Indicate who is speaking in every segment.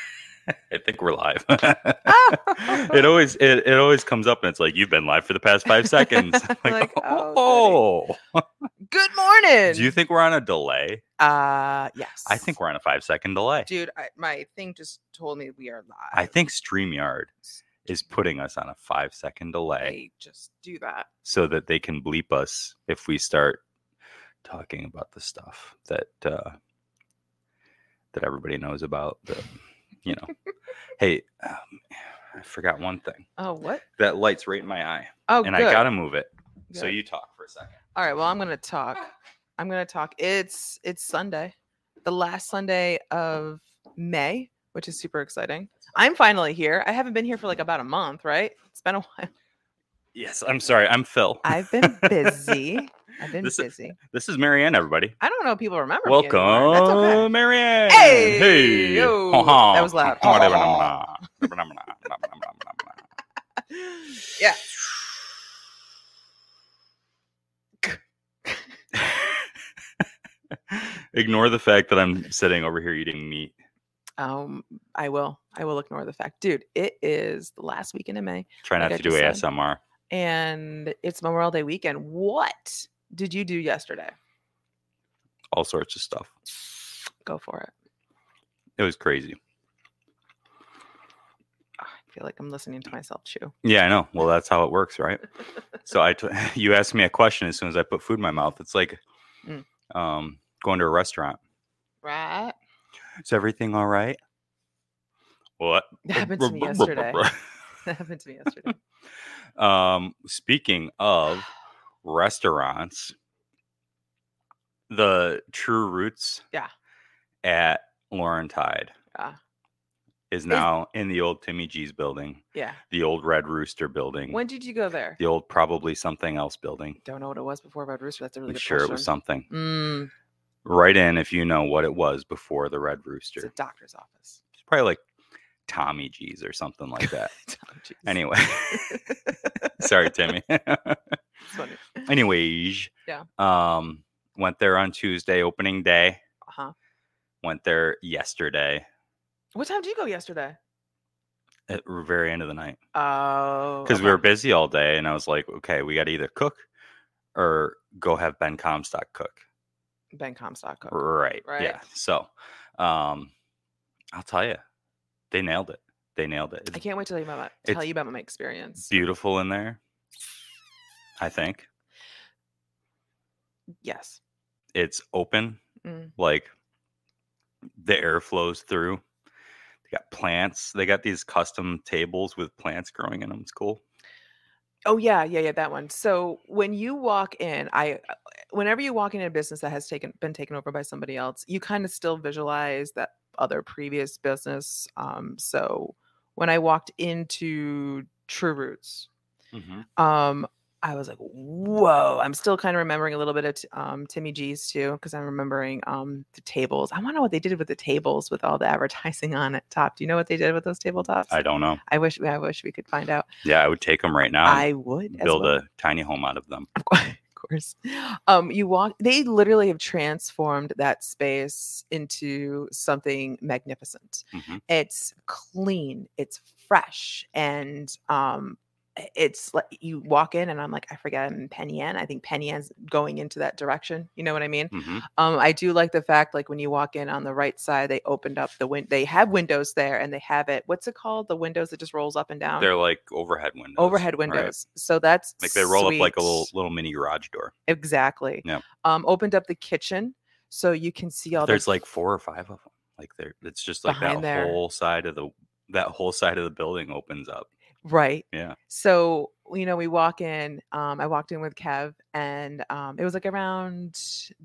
Speaker 1: I think we're live. it always it, it always comes up and it's like you've been live for the past five seconds. I'm like,
Speaker 2: Like, oh,
Speaker 1: oh,
Speaker 2: Good morning.
Speaker 1: do you think we're on a delay?
Speaker 2: Uh, yes.
Speaker 1: I think we're on a five second delay.
Speaker 2: Dude, I, my thing just told me we are live.
Speaker 1: I think Streamyard is putting us on a five second delay
Speaker 2: they just do that.
Speaker 1: so that they can bleep us if we start talking about the stuff that uh, that everybody knows about. The, you know, hey, um, I forgot one thing.
Speaker 2: Oh, what?
Speaker 1: That light's right in my eye.
Speaker 2: Oh,
Speaker 1: and
Speaker 2: good.
Speaker 1: I gotta move it. So
Speaker 2: good.
Speaker 1: you talk for a second.
Speaker 2: All right. Well, I'm gonna talk. I'm gonna talk. It's it's Sunday, the last Sunday of May, which is super exciting. I'm finally here. I haven't been here for like about a month, right? It's been a while.
Speaker 1: Yes, I'm sorry. I'm Phil.
Speaker 2: I've been busy. I've been
Speaker 1: This is-
Speaker 2: busy.
Speaker 1: this is Marianne, everybody.
Speaker 2: I don't know if people remember. me
Speaker 1: Welcome,
Speaker 2: anymore. That's okay.
Speaker 1: Marianne.
Speaker 2: Hey,
Speaker 1: hey.
Speaker 2: yo.
Speaker 1: Ha-ha.
Speaker 2: That was loud.
Speaker 1: Ha-ha.
Speaker 2: yeah.
Speaker 1: Ignore the fact that I'm sitting over here eating meat.
Speaker 2: Um, I will. I will ignore the fact, dude. It is the last weekend in May,
Speaker 1: Try not
Speaker 2: Like I
Speaker 1: to do
Speaker 2: just said.
Speaker 1: ASMR.
Speaker 2: and it's Memorial Day weekend. What did you do yesterday?
Speaker 1: All sorts of stuff.
Speaker 2: Go for it.
Speaker 1: It was crazy.
Speaker 2: Ah, I feel like I'm listening to myself chew.
Speaker 1: Yeah, I know. Well, that's how it works, right? so I, t- you asked me a question as soon as I put food in my mouth. It's like
Speaker 2: Mm.
Speaker 1: um, going to a restaurant.
Speaker 2: Right?
Speaker 1: Is everything all right? What
Speaker 2: That happened to me yesterday. That happened to me yesterday.
Speaker 1: Um, speaking of restaurants, the True Roots,
Speaker 2: Yeah.
Speaker 1: at Laurentide
Speaker 2: Ah,
Speaker 1: is now in the old Timmy G's building,
Speaker 2: yeah.
Speaker 1: the old Red Rooster building,
Speaker 2: When did you go there?
Speaker 1: the old probably something else building.
Speaker 2: Don't know what it was before Red Rooster. That's a really
Speaker 1: I'm
Speaker 2: good
Speaker 1: sure
Speaker 2: question.
Speaker 1: it was something.
Speaker 2: Mm,
Speaker 1: Write in if you know what it was before the Red
Speaker 2: it's a
Speaker 1: Rooster.
Speaker 2: doctor's office.
Speaker 1: It's probably like Tommy G's or something like that.
Speaker 2: Oh, jeez.
Speaker 1: anyway, sorry, Timmy.
Speaker 2: It's funny.
Speaker 1: anyways
Speaker 2: Yeah.
Speaker 1: um went there on tuesday opening day
Speaker 2: Uh-huh.
Speaker 1: went there yesterday
Speaker 2: What time did you go yesterday?
Speaker 1: at the very end of the night
Speaker 2: Oh,
Speaker 1: because we were
Speaker 2: okay.
Speaker 1: busy all day and i was like okay we got to either cook or go have ben comstock cook
Speaker 2: Ben Comstock. cooked.
Speaker 1: right,
Speaker 2: Right.
Speaker 1: yeah so um i'll tell you they nailed it they nailed it
Speaker 2: I
Speaker 1: it's
Speaker 2: can't wait to tell you about my,
Speaker 1: It's
Speaker 2: tell you about my experience.
Speaker 1: beautiful in there i think
Speaker 2: yes.
Speaker 1: it's open
Speaker 2: Mm.
Speaker 1: like the air flows through. They got plants. They got these custom tables with plants growing in them. It's cool.
Speaker 2: Oh yeah, yeah, yeah, that one. So when you walk in, I whenever you walk into a business that has taken been taken over by somebody else, you kind of still visualize that other previous business. Um, so when I walked into True Roots, um, I was like, whoa. I'm still kind of remembering a little bit of t- um, Timmy G's too, because I'm remembering um, the tables. I want to know what they did with the tables with all the advertising on it top. Do you know what they did with those tabletops?
Speaker 1: I don't know.
Speaker 2: I wish I wish we could find out.
Speaker 1: Yeah, I would take them right now. and
Speaker 2: I would as
Speaker 1: Um, build
Speaker 2: well.
Speaker 1: a tiny home out of them.
Speaker 2: Of cour- of course. Um, you walk. They literally have transformed that space into something magnificent.
Speaker 1: Mhm.
Speaker 2: It's clean. It's fresh, and um, i- it's like you walk in, and I'm like, I forget I'm in Penny Ann. I think Penny Ann's going into that direction. You know what I mean?
Speaker 1: Mhm.
Speaker 2: Um, I do like the fact, like when you walk in on the right side, they opened up the win. They have windows there, and they have it. What's it called? The windows that just rolls up and down.
Speaker 1: They're like overhead windows.
Speaker 2: Um, overhead
Speaker 1: right?
Speaker 2: windows. So that's
Speaker 1: Like they roll up like a
Speaker 2: sweet.
Speaker 1: little little mini garage door.
Speaker 2: Exactly.
Speaker 1: Yeah.
Speaker 2: Um, opened up the kitchen so you can see all the
Speaker 1: There's like four or five of them. Like there, it's just like that
Speaker 2: Behind there.
Speaker 1: whole side of the that whole side of the building opens up.
Speaker 2: right.
Speaker 1: Yeah.
Speaker 2: So you know, we walk in. Um, I walked in with Kev, and um, it was like around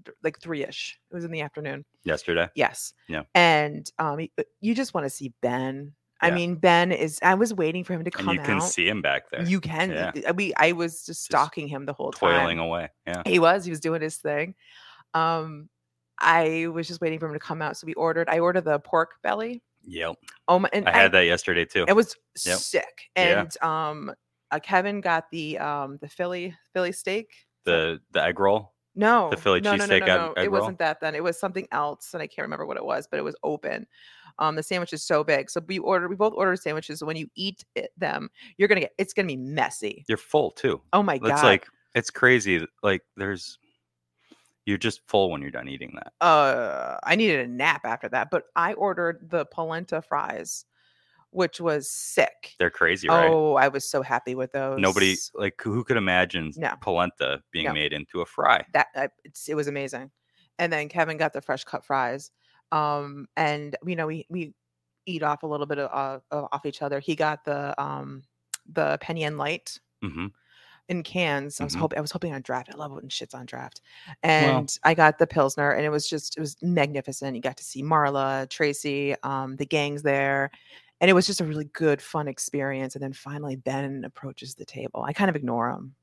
Speaker 2: th- like three ish. It was in the afternoon.
Speaker 1: Yesterday,
Speaker 2: Yes.
Speaker 1: Yeah.
Speaker 2: And um, y- but you just want to see Ben. I
Speaker 1: Yeah.
Speaker 2: mean, Ben is. I was waiting for him to come
Speaker 1: and you can
Speaker 2: out.
Speaker 1: see him back there,
Speaker 2: You can.
Speaker 1: Yeah.
Speaker 2: uh, We. I was just stalking him the whole time.
Speaker 1: toiling away. Yeah.
Speaker 2: He was. He was doing his thing. Um, I was just waiting for him to come out. So we ordered. I ordered the pork belly.
Speaker 1: Yep.
Speaker 2: Oh my! And
Speaker 1: I had that yesterday too.
Speaker 2: It was
Speaker 1: Yep.
Speaker 2: sick.
Speaker 1: Yeah.
Speaker 2: And um, uh, Kevin got the um the Philly Philly steak. Is that-
Speaker 1: the the egg roll.
Speaker 2: no
Speaker 1: Philly
Speaker 2: no, no, no,
Speaker 1: cheesesteak
Speaker 2: no,
Speaker 1: egg-
Speaker 2: no.
Speaker 1: egg
Speaker 2: It
Speaker 1: roll?
Speaker 2: wasn't that. Then it was something else, and I can't remember what it was, but it was open. Um, the sandwich is so big. So we order, we both order sandwiches. So when you eat it, them, you're gonna get it's gonna be messy.
Speaker 1: You're full too.
Speaker 2: Oh my god!
Speaker 1: It's like it's crazy. Like there's you're just full when you're done eating that.
Speaker 2: uh, I needed a nap after that. But I ordered the polenta fries, which was sick.
Speaker 1: They're crazy, right?
Speaker 2: Oh, I was so happy with those.
Speaker 1: Nobody like who could imagine
Speaker 2: No.
Speaker 1: polenta being
Speaker 2: No.
Speaker 1: made into a fry.
Speaker 2: that I, it's, it was amazing. And then Kevin got the fresh cut fries. Um, and you know, we we eat off a little bit of, uh, of off each other. He got the um the Penny and Light
Speaker 1: hmm
Speaker 2: in cans. I was
Speaker 1: Mhm.
Speaker 2: hoping I was hoping on draft. I love it when shit's on draft. And I got the Pilsner, and it was just it was magnificent. You got to see Marla, Tracy, um, the gangs there. And it was just a really good, fun experience. And then finally, Ben approaches the table. I kind of ignore him.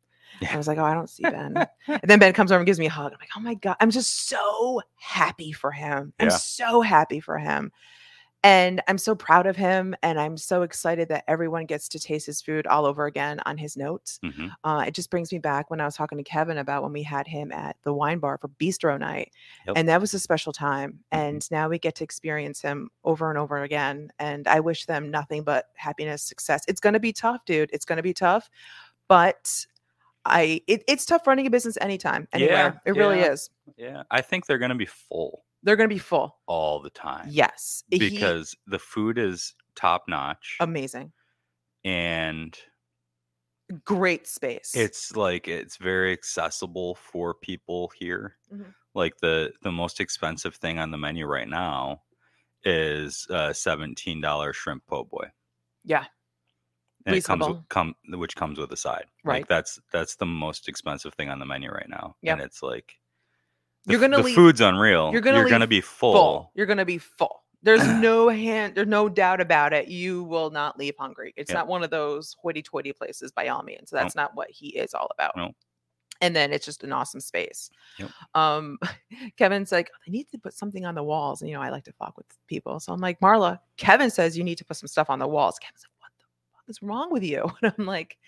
Speaker 2: I
Speaker 1: Yeah.
Speaker 2: was like, oh, I don't see Ben. and then Ben comes over and gives me a hug. I'm like, oh my God. I'm just so happy for him. I'm
Speaker 1: Yeah.
Speaker 2: so happy for him. And I'm so proud of him. And I'm so excited that everyone gets to taste his food all over again on his notes.
Speaker 1: hmm
Speaker 2: Uh, it just brings me back when I was talking to Kevin about when we had him at the wine bar for bistro night.
Speaker 1: Yep.
Speaker 2: And that was a special time.
Speaker 1: Mhm.
Speaker 2: And now we get to experience him over and over again. And I wish them nothing but happiness, success. It's going to be tough, dude. It's going to be tough. But I, it, it's tough running a business anytime, anywhere.
Speaker 1: Yeah,
Speaker 2: it really
Speaker 1: yeah.
Speaker 2: is.
Speaker 1: Yeah, I think they're gonna be full
Speaker 2: They're going to be full.
Speaker 1: all the time.
Speaker 2: Yes. He- Um
Speaker 1: because the food is top notch
Speaker 2: amazing.
Speaker 1: and
Speaker 2: Great space.
Speaker 1: it's like it's very accessible for people here
Speaker 2: Mhm.
Speaker 1: like the the most expensive thing on the menu right now is uh $17 shrimp po' boy
Speaker 2: yeah.
Speaker 1: and it comes
Speaker 2: Reasonable.
Speaker 1: with, come which comes with a side
Speaker 2: Right.
Speaker 1: like that's that's the most expensive thing on the menu right now
Speaker 2: Yep.
Speaker 1: and it's like the
Speaker 2: You're
Speaker 1: f-
Speaker 2: going to
Speaker 1: the
Speaker 2: leave
Speaker 1: food's unreal
Speaker 2: you're gonna leave
Speaker 1: be full,
Speaker 2: full. You're going to be full. There's no hand, there's no doubt about it. You will not leave hungry. It's
Speaker 1: Yep.
Speaker 2: not one of those hoity toity places by all means.
Speaker 1: Nope.
Speaker 2: That's not what he is all about.
Speaker 1: Nope.
Speaker 2: And then it's just an awesome space.
Speaker 1: Yep.
Speaker 2: Um, Kevin's like, I need to put something on the walls. And, you know, I like to fuck with people. So I'm like, Marla, Kevin says you need to put some stuff on the walls. Kevin's like, what the fuck is wrong with you? And I'm like,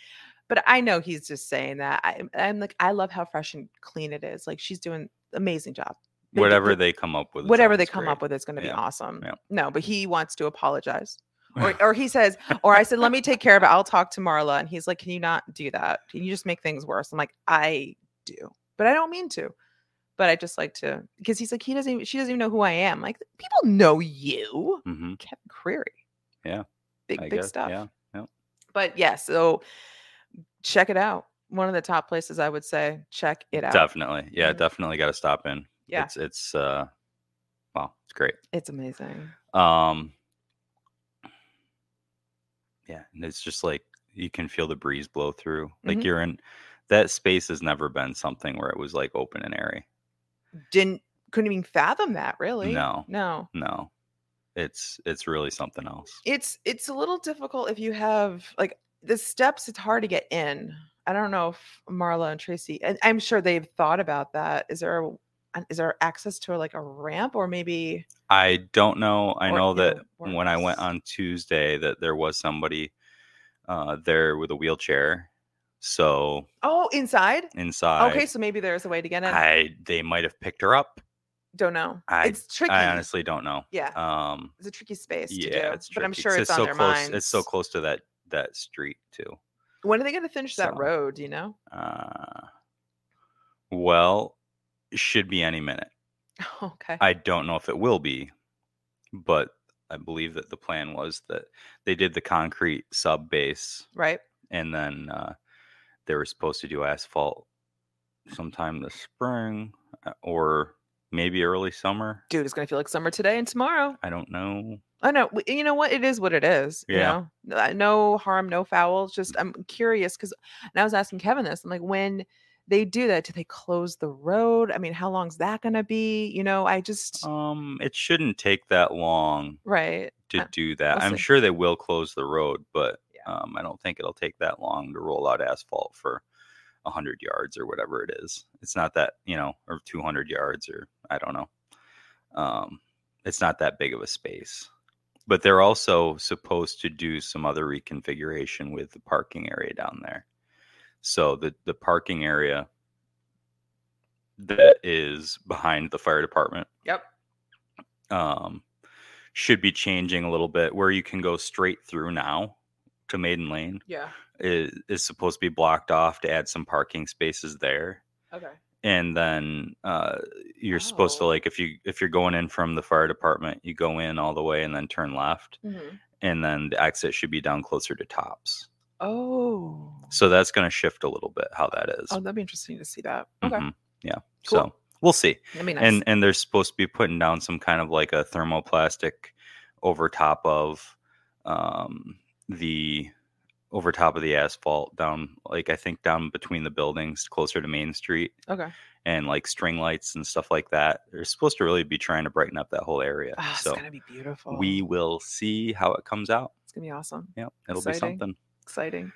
Speaker 2: but I know he's just saying that. I, I'm like, I love how fresh and clean it is. Like she's doing amazing job Big-
Speaker 1: whatever
Speaker 2: big-
Speaker 1: they come up with is
Speaker 2: whatever
Speaker 1: always
Speaker 2: they come
Speaker 1: great.
Speaker 2: up with is going to be
Speaker 1: Yeah.
Speaker 2: awesome.
Speaker 1: Yeah.
Speaker 2: No, but he wants to apologize. Or, or he says, or I said, let me take care of it. I'll talk to Marla. And he's like, can you not do that? Can you just make things worse? I'm like, I do, but I don't mean to. But I just like to, because he's like, he doesn't, even, she doesn't even know who I am. Like, people know you,
Speaker 1: Mhm.
Speaker 2: Kevin Creary.
Speaker 1: Yeah,
Speaker 2: Big,
Speaker 1: I
Speaker 2: big
Speaker 1: guess,
Speaker 2: stuff.
Speaker 1: yeah
Speaker 2: But yeah, so check it out. One of the top places I would say, check it out.
Speaker 1: Definitely. Yeah,
Speaker 2: Mhm.
Speaker 1: definitely got to stop in.
Speaker 2: Yeah.
Speaker 1: It's it's uh well, it's great.
Speaker 2: It's amazing.
Speaker 1: Um Yeah, and it's just like you can feel the breeze blow through. Like
Speaker 2: Mhm.
Speaker 1: you're in that space has never been something where it was like open and airy.
Speaker 2: Didn't, couldn't even fathom that really.
Speaker 1: No.
Speaker 2: No.
Speaker 1: No. It's it's really something else.
Speaker 2: it's it's a little difficult if you have like the steps it's hard to get in i don't know if marla and tracy and i'm sure they've thought about that is there a, an- is there access to like a ramp or maybe
Speaker 1: I don't know. I
Speaker 2: Or
Speaker 1: know
Speaker 2: either
Speaker 1: that when I went
Speaker 2: works.
Speaker 1: on Tuesday that there was somebody uh there with a wheelchair. So
Speaker 2: oh inside
Speaker 1: inside
Speaker 2: okay so maybe there's a way to get in
Speaker 1: I they might have picked her up.
Speaker 2: don't know
Speaker 1: I-
Speaker 2: it's tricky
Speaker 1: I honestly don't know.
Speaker 2: yeah
Speaker 1: Um,
Speaker 2: it's a tricky space to
Speaker 1: yeah,
Speaker 2: do
Speaker 1: it's
Speaker 2: but i'm
Speaker 1: tricky.
Speaker 2: sure it's, on
Speaker 1: so
Speaker 2: their
Speaker 1: close.
Speaker 2: minds
Speaker 1: It's so close to that that street too.
Speaker 2: when are they going to finish that
Speaker 1: So-
Speaker 2: road do you know
Speaker 1: Uh, well, it should be any minute.
Speaker 2: okay
Speaker 1: I don't know if it will be, but I believe that the plan was that they did the concrete sub base
Speaker 2: right
Speaker 1: and then uh, they were supposed to do asphalt sometime this spring uh, or maybe early summer.
Speaker 2: dude it's going to feel like summer today and tomorrow
Speaker 1: I don't know.
Speaker 2: I know. w- You know what? It is what it is.
Speaker 1: Yeah. Mm.
Speaker 2: You know, Uh, no harm, no foul. It's just I'm curious because, and I was asking Kevin this. I'm like, when they do that, do they close the road? I mean, how long's that gonna be? You know, I just
Speaker 1: Um, it shouldn't take that long
Speaker 2: right.
Speaker 1: to
Speaker 2: Uh,
Speaker 1: do that.
Speaker 2: we'll
Speaker 1: I'm
Speaker 2: see.
Speaker 1: sure they will close the road, but
Speaker 2: Yeah.
Speaker 1: um, I don't think it'll take that long to roll out asphalt for 100 yards or whatever it is. It's not that, you know, or 200 yards or I don't know. Um, it's not that big of a space. But they're also supposed to do some other reconfiguration with the parking area down there. So the the parking area that is behind the fire department
Speaker 2: Yep.
Speaker 1: um, should be changing a little bit. Where you can go straight through now to Maiden Lane
Speaker 2: Yeah.
Speaker 1: is, is supposed to be blocked off to add some parking spaces there.
Speaker 2: Okay.
Speaker 1: And then uh, you're supposed to
Speaker 2: Oh.
Speaker 1: like if you if you're going in from the fire department, you go in all the way and then turn left,
Speaker 2: Mhm.
Speaker 1: and then the exit should be down closer to tops.
Speaker 2: Oh.
Speaker 1: So that's going to shift a little bit how that is.
Speaker 2: Oh, that'd be interesting to see that. Okay.
Speaker 1: Mhm. Yeah.
Speaker 2: Cool.
Speaker 1: So we'll see.
Speaker 2: That'd be nice.
Speaker 1: Mm-hmm, And and they're supposed to be putting down some kind of like a thermoplastic over top of um the over top of the asphalt down like I think down between the buildings closer to Main Street
Speaker 2: okay.
Speaker 1: and like string lights and stuff like that. They're supposed to really be trying to brighten up that whole area.
Speaker 2: Ah, it's
Speaker 1: so
Speaker 2: gonna be beautiful.
Speaker 1: we will see how it comes out.
Speaker 2: it's gonna be awesome.
Speaker 1: Yeah, it'll be
Speaker 2: Exciting.
Speaker 1: something.
Speaker 2: Exciting.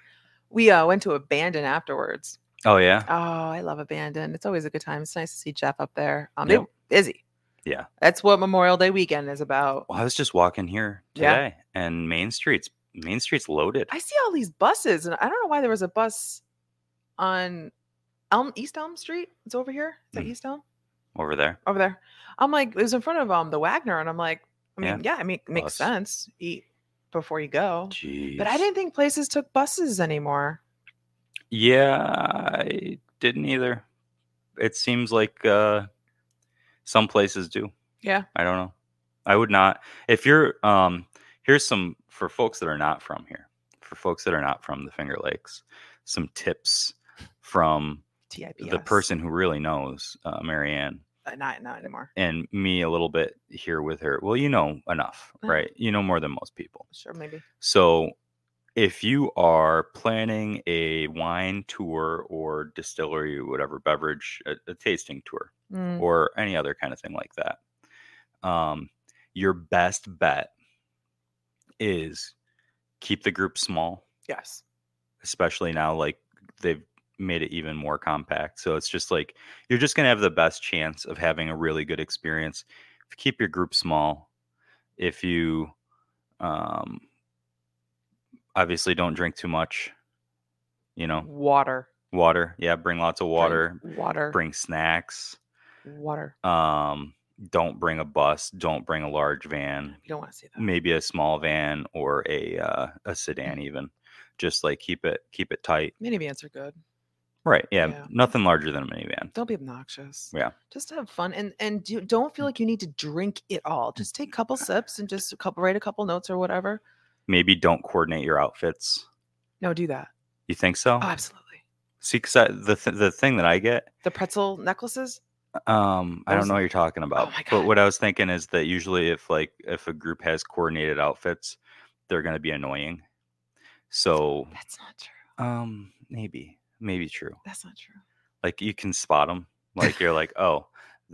Speaker 2: We uh, went to Abandon afterwards.
Speaker 1: Oh yeah.
Speaker 2: Oh, I love Abandon. It's always a good time. It's nice to see Jeff up there. Um, they
Speaker 1: Yep.
Speaker 2: were busy.
Speaker 1: Yeah.
Speaker 2: That's what Memorial Day weekend is about.
Speaker 1: Well, I was just walking here
Speaker 2: Yeah.
Speaker 1: today and Main Street's Main Street's loaded.
Speaker 2: I see all these buses, and I don't know why there was a bus on Elm East Elm Street. It's over here. Is that
Speaker 1: Mm.
Speaker 2: East Elm?
Speaker 1: over there.
Speaker 2: Over there. I'm like, it was in front of um the Wagner, and I'm like, I
Speaker 1: Yeah.
Speaker 2: mean, yeah, I mean, it makes
Speaker 1: Bus.
Speaker 2: sense. Eat before you go.
Speaker 1: Jeez.
Speaker 2: But I didn't think places took buses anymore.
Speaker 1: Yeah, I didn't either. It seems like uh, some places do.
Speaker 2: Yeah.
Speaker 1: I don't know. I would not. If you're, um, here's some for folks that are not from here, for folks that are not from the Finger Lakes, some tips from
Speaker 2: TIP.
Speaker 1: the person who really knows, uh, Marianne,
Speaker 2: not not anymore.
Speaker 1: and me a little bit here with her. Well, you know enough,
Speaker 2: Uh.
Speaker 1: right? You know more than most people.
Speaker 2: Sure, maybe.
Speaker 1: So, if you are planning a wine tour or distillery, or whatever beverage, a, a tasting tour,
Speaker 2: Mm,
Speaker 1: or any other kind of thing like that, um, your best bet is keep the group small,
Speaker 2: yes.
Speaker 1: especially now, like they've made it even more compact. So, it's just like you're just going to have the best chance of having a really good experience. If you keep your group small, if you um obviously don't drink too much you know
Speaker 2: Water.
Speaker 1: water yeah bring lots of
Speaker 2: Mm.
Speaker 1: Oh.
Speaker 2: Drink
Speaker 1: water
Speaker 2: Water.
Speaker 1: bring snacks
Speaker 2: water.
Speaker 1: um don't bring a bus don't bring a large van
Speaker 2: You don't want to see that.
Speaker 1: maybe a small van or a uh, a sedan even just like keep it keep it tight
Speaker 2: Minivans are good.
Speaker 1: right yeah,
Speaker 2: Yeah.
Speaker 1: nothing larger than a minivan
Speaker 2: Don't be obnoxious.
Speaker 1: Yeah.
Speaker 2: Just have fun and and do, don't feel like you need to drink it all. Just take a couple sips and just a couple write a couple notes or whatever.
Speaker 1: maybe don't coordinate your outfits
Speaker 2: No, do that.
Speaker 1: you think so
Speaker 2: Oh, absolutely.
Speaker 1: see because the, th- the thing that i get
Speaker 2: The pretzel necklaces.
Speaker 1: Um, I
Speaker 2: What
Speaker 1: don't
Speaker 2: was
Speaker 1: know
Speaker 2: it?
Speaker 1: what you're talking about.
Speaker 2: Oh my
Speaker 1: but
Speaker 2: God.
Speaker 1: what I was thinking is that usually if like if a group has coordinated outfits, they're gonna be annoying. So
Speaker 2: That's not true.
Speaker 1: um maybe, maybe true.
Speaker 2: That's not true.
Speaker 1: Like you can spot them. Like you're like, oh,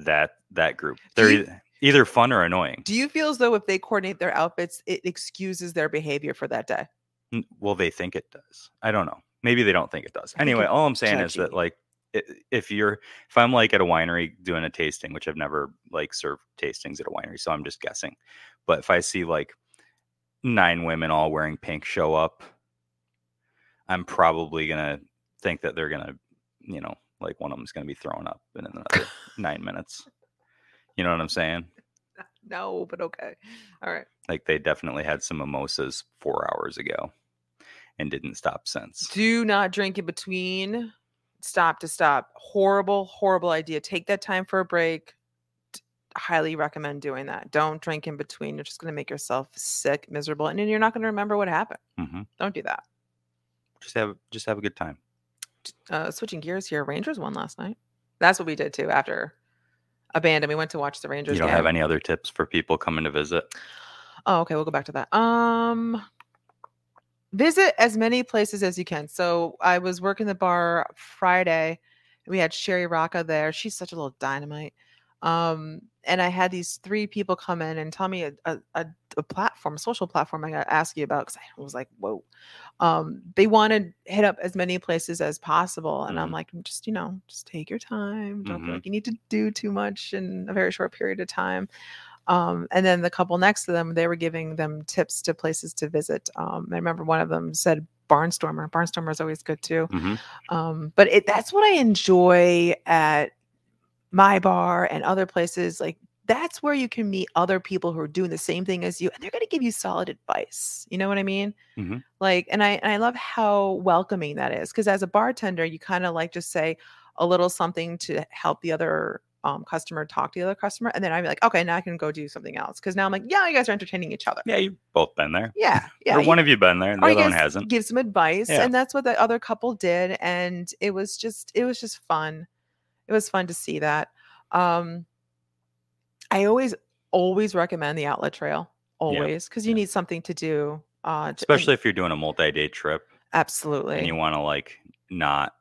Speaker 1: that that group. They're
Speaker 2: you-
Speaker 1: either, either fun or annoying.
Speaker 2: Do you feel as though if they coordinate their outfits, it excuses their behavior for that day?
Speaker 1: N- Well, they think it does. I don't know. Maybe they don't think it does.
Speaker 2: I think
Speaker 1: Anyway,
Speaker 2: it's
Speaker 1: all I'm saying is
Speaker 2: judgy.
Speaker 1: that like i- if you're if I'm like at a winery doing a tasting, which I've never like served tastings at a winery, so I'm just guessing. But if I see like nine women all wearing pink show up, I'm probably gonna think that they're gonna, you know, like one of them's gonna be thrown up in another nine minutes. You know what I'm saying?
Speaker 2: No, but okay. All right.
Speaker 1: Like they definitely had some mimosas four hours ago and didn't stop since.
Speaker 2: Do not drink in between. Stop to stop. Horrible, horrible idea. Take that time for a break. D- Highly recommend doing that. Don't drink in between. You're just going to make yourself sick, miserable, and then you're not going to remember what happened.
Speaker 1: hmm
Speaker 2: Don't do that.
Speaker 1: just have just have a good time.
Speaker 2: Uh, switching gears here, Rangers won last night. That's what we did too after abandon. We went to watch the Rangers.
Speaker 1: you don't
Speaker 2: game.
Speaker 1: have any other tips for people coming to visit?
Speaker 2: Oh, okay. We'll go back to that. Um, visit as many places as you can. So I was working the bar Friday. and We had Sherry Rocca there. She's such a little dynamite. Um, and I had these three people come in and tell me a, a, a, a platform, a social platform I got to ask you about because I was like, whoa. Um, they want to hit up as many places as possible. And I'm
Speaker 1: Mhm.
Speaker 2: like, just, you know, just take your time. Don't
Speaker 1: Mhm.
Speaker 2: feel like you need to do too much in a very short period of time um, and then the couple next to them they were giving them tips to places to visit um, i remember one of them said barnstormer barnstormer is always good too
Speaker 1: hmm
Speaker 2: um, but it, that's what i enjoy at my bar and other places like that's where you can meet other people who are doing the same thing as you and they're going to give you solid advice you know what i mean
Speaker 1: Mhm.
Speaker 2: like and i and i love how welcoming that is because as a bartender you kind of like just say a little something to help the other um, customer talk to the other customer and then i'm like okay now i can go do something else because now i'm like yeah you guys are entertaining each other
Speaker 1: Yeah, you've both been there.
Speaker 2: yeah yeah
Speaker 1: or
Speaker 2: you-
Speaker 1: one of you been there and the
Speaker 2: or you
Speaker 1: other one
Speaker 2: guys
Speaker 1: hasn't.
Speaker 2: give some advice
Speaker 1: Yeah.
Speaker 2: and that's what the other couple did and it was just it was just fun it was fun to see that um i always always recommend the outlet trail always because you
Speaker 1: yeah.
Speaker 2: need something to do uh to- and-
Speaker 1: Especially if you're doing a multi-day trip
Speaker 2: absolutely
Speaker 1: and you want to like not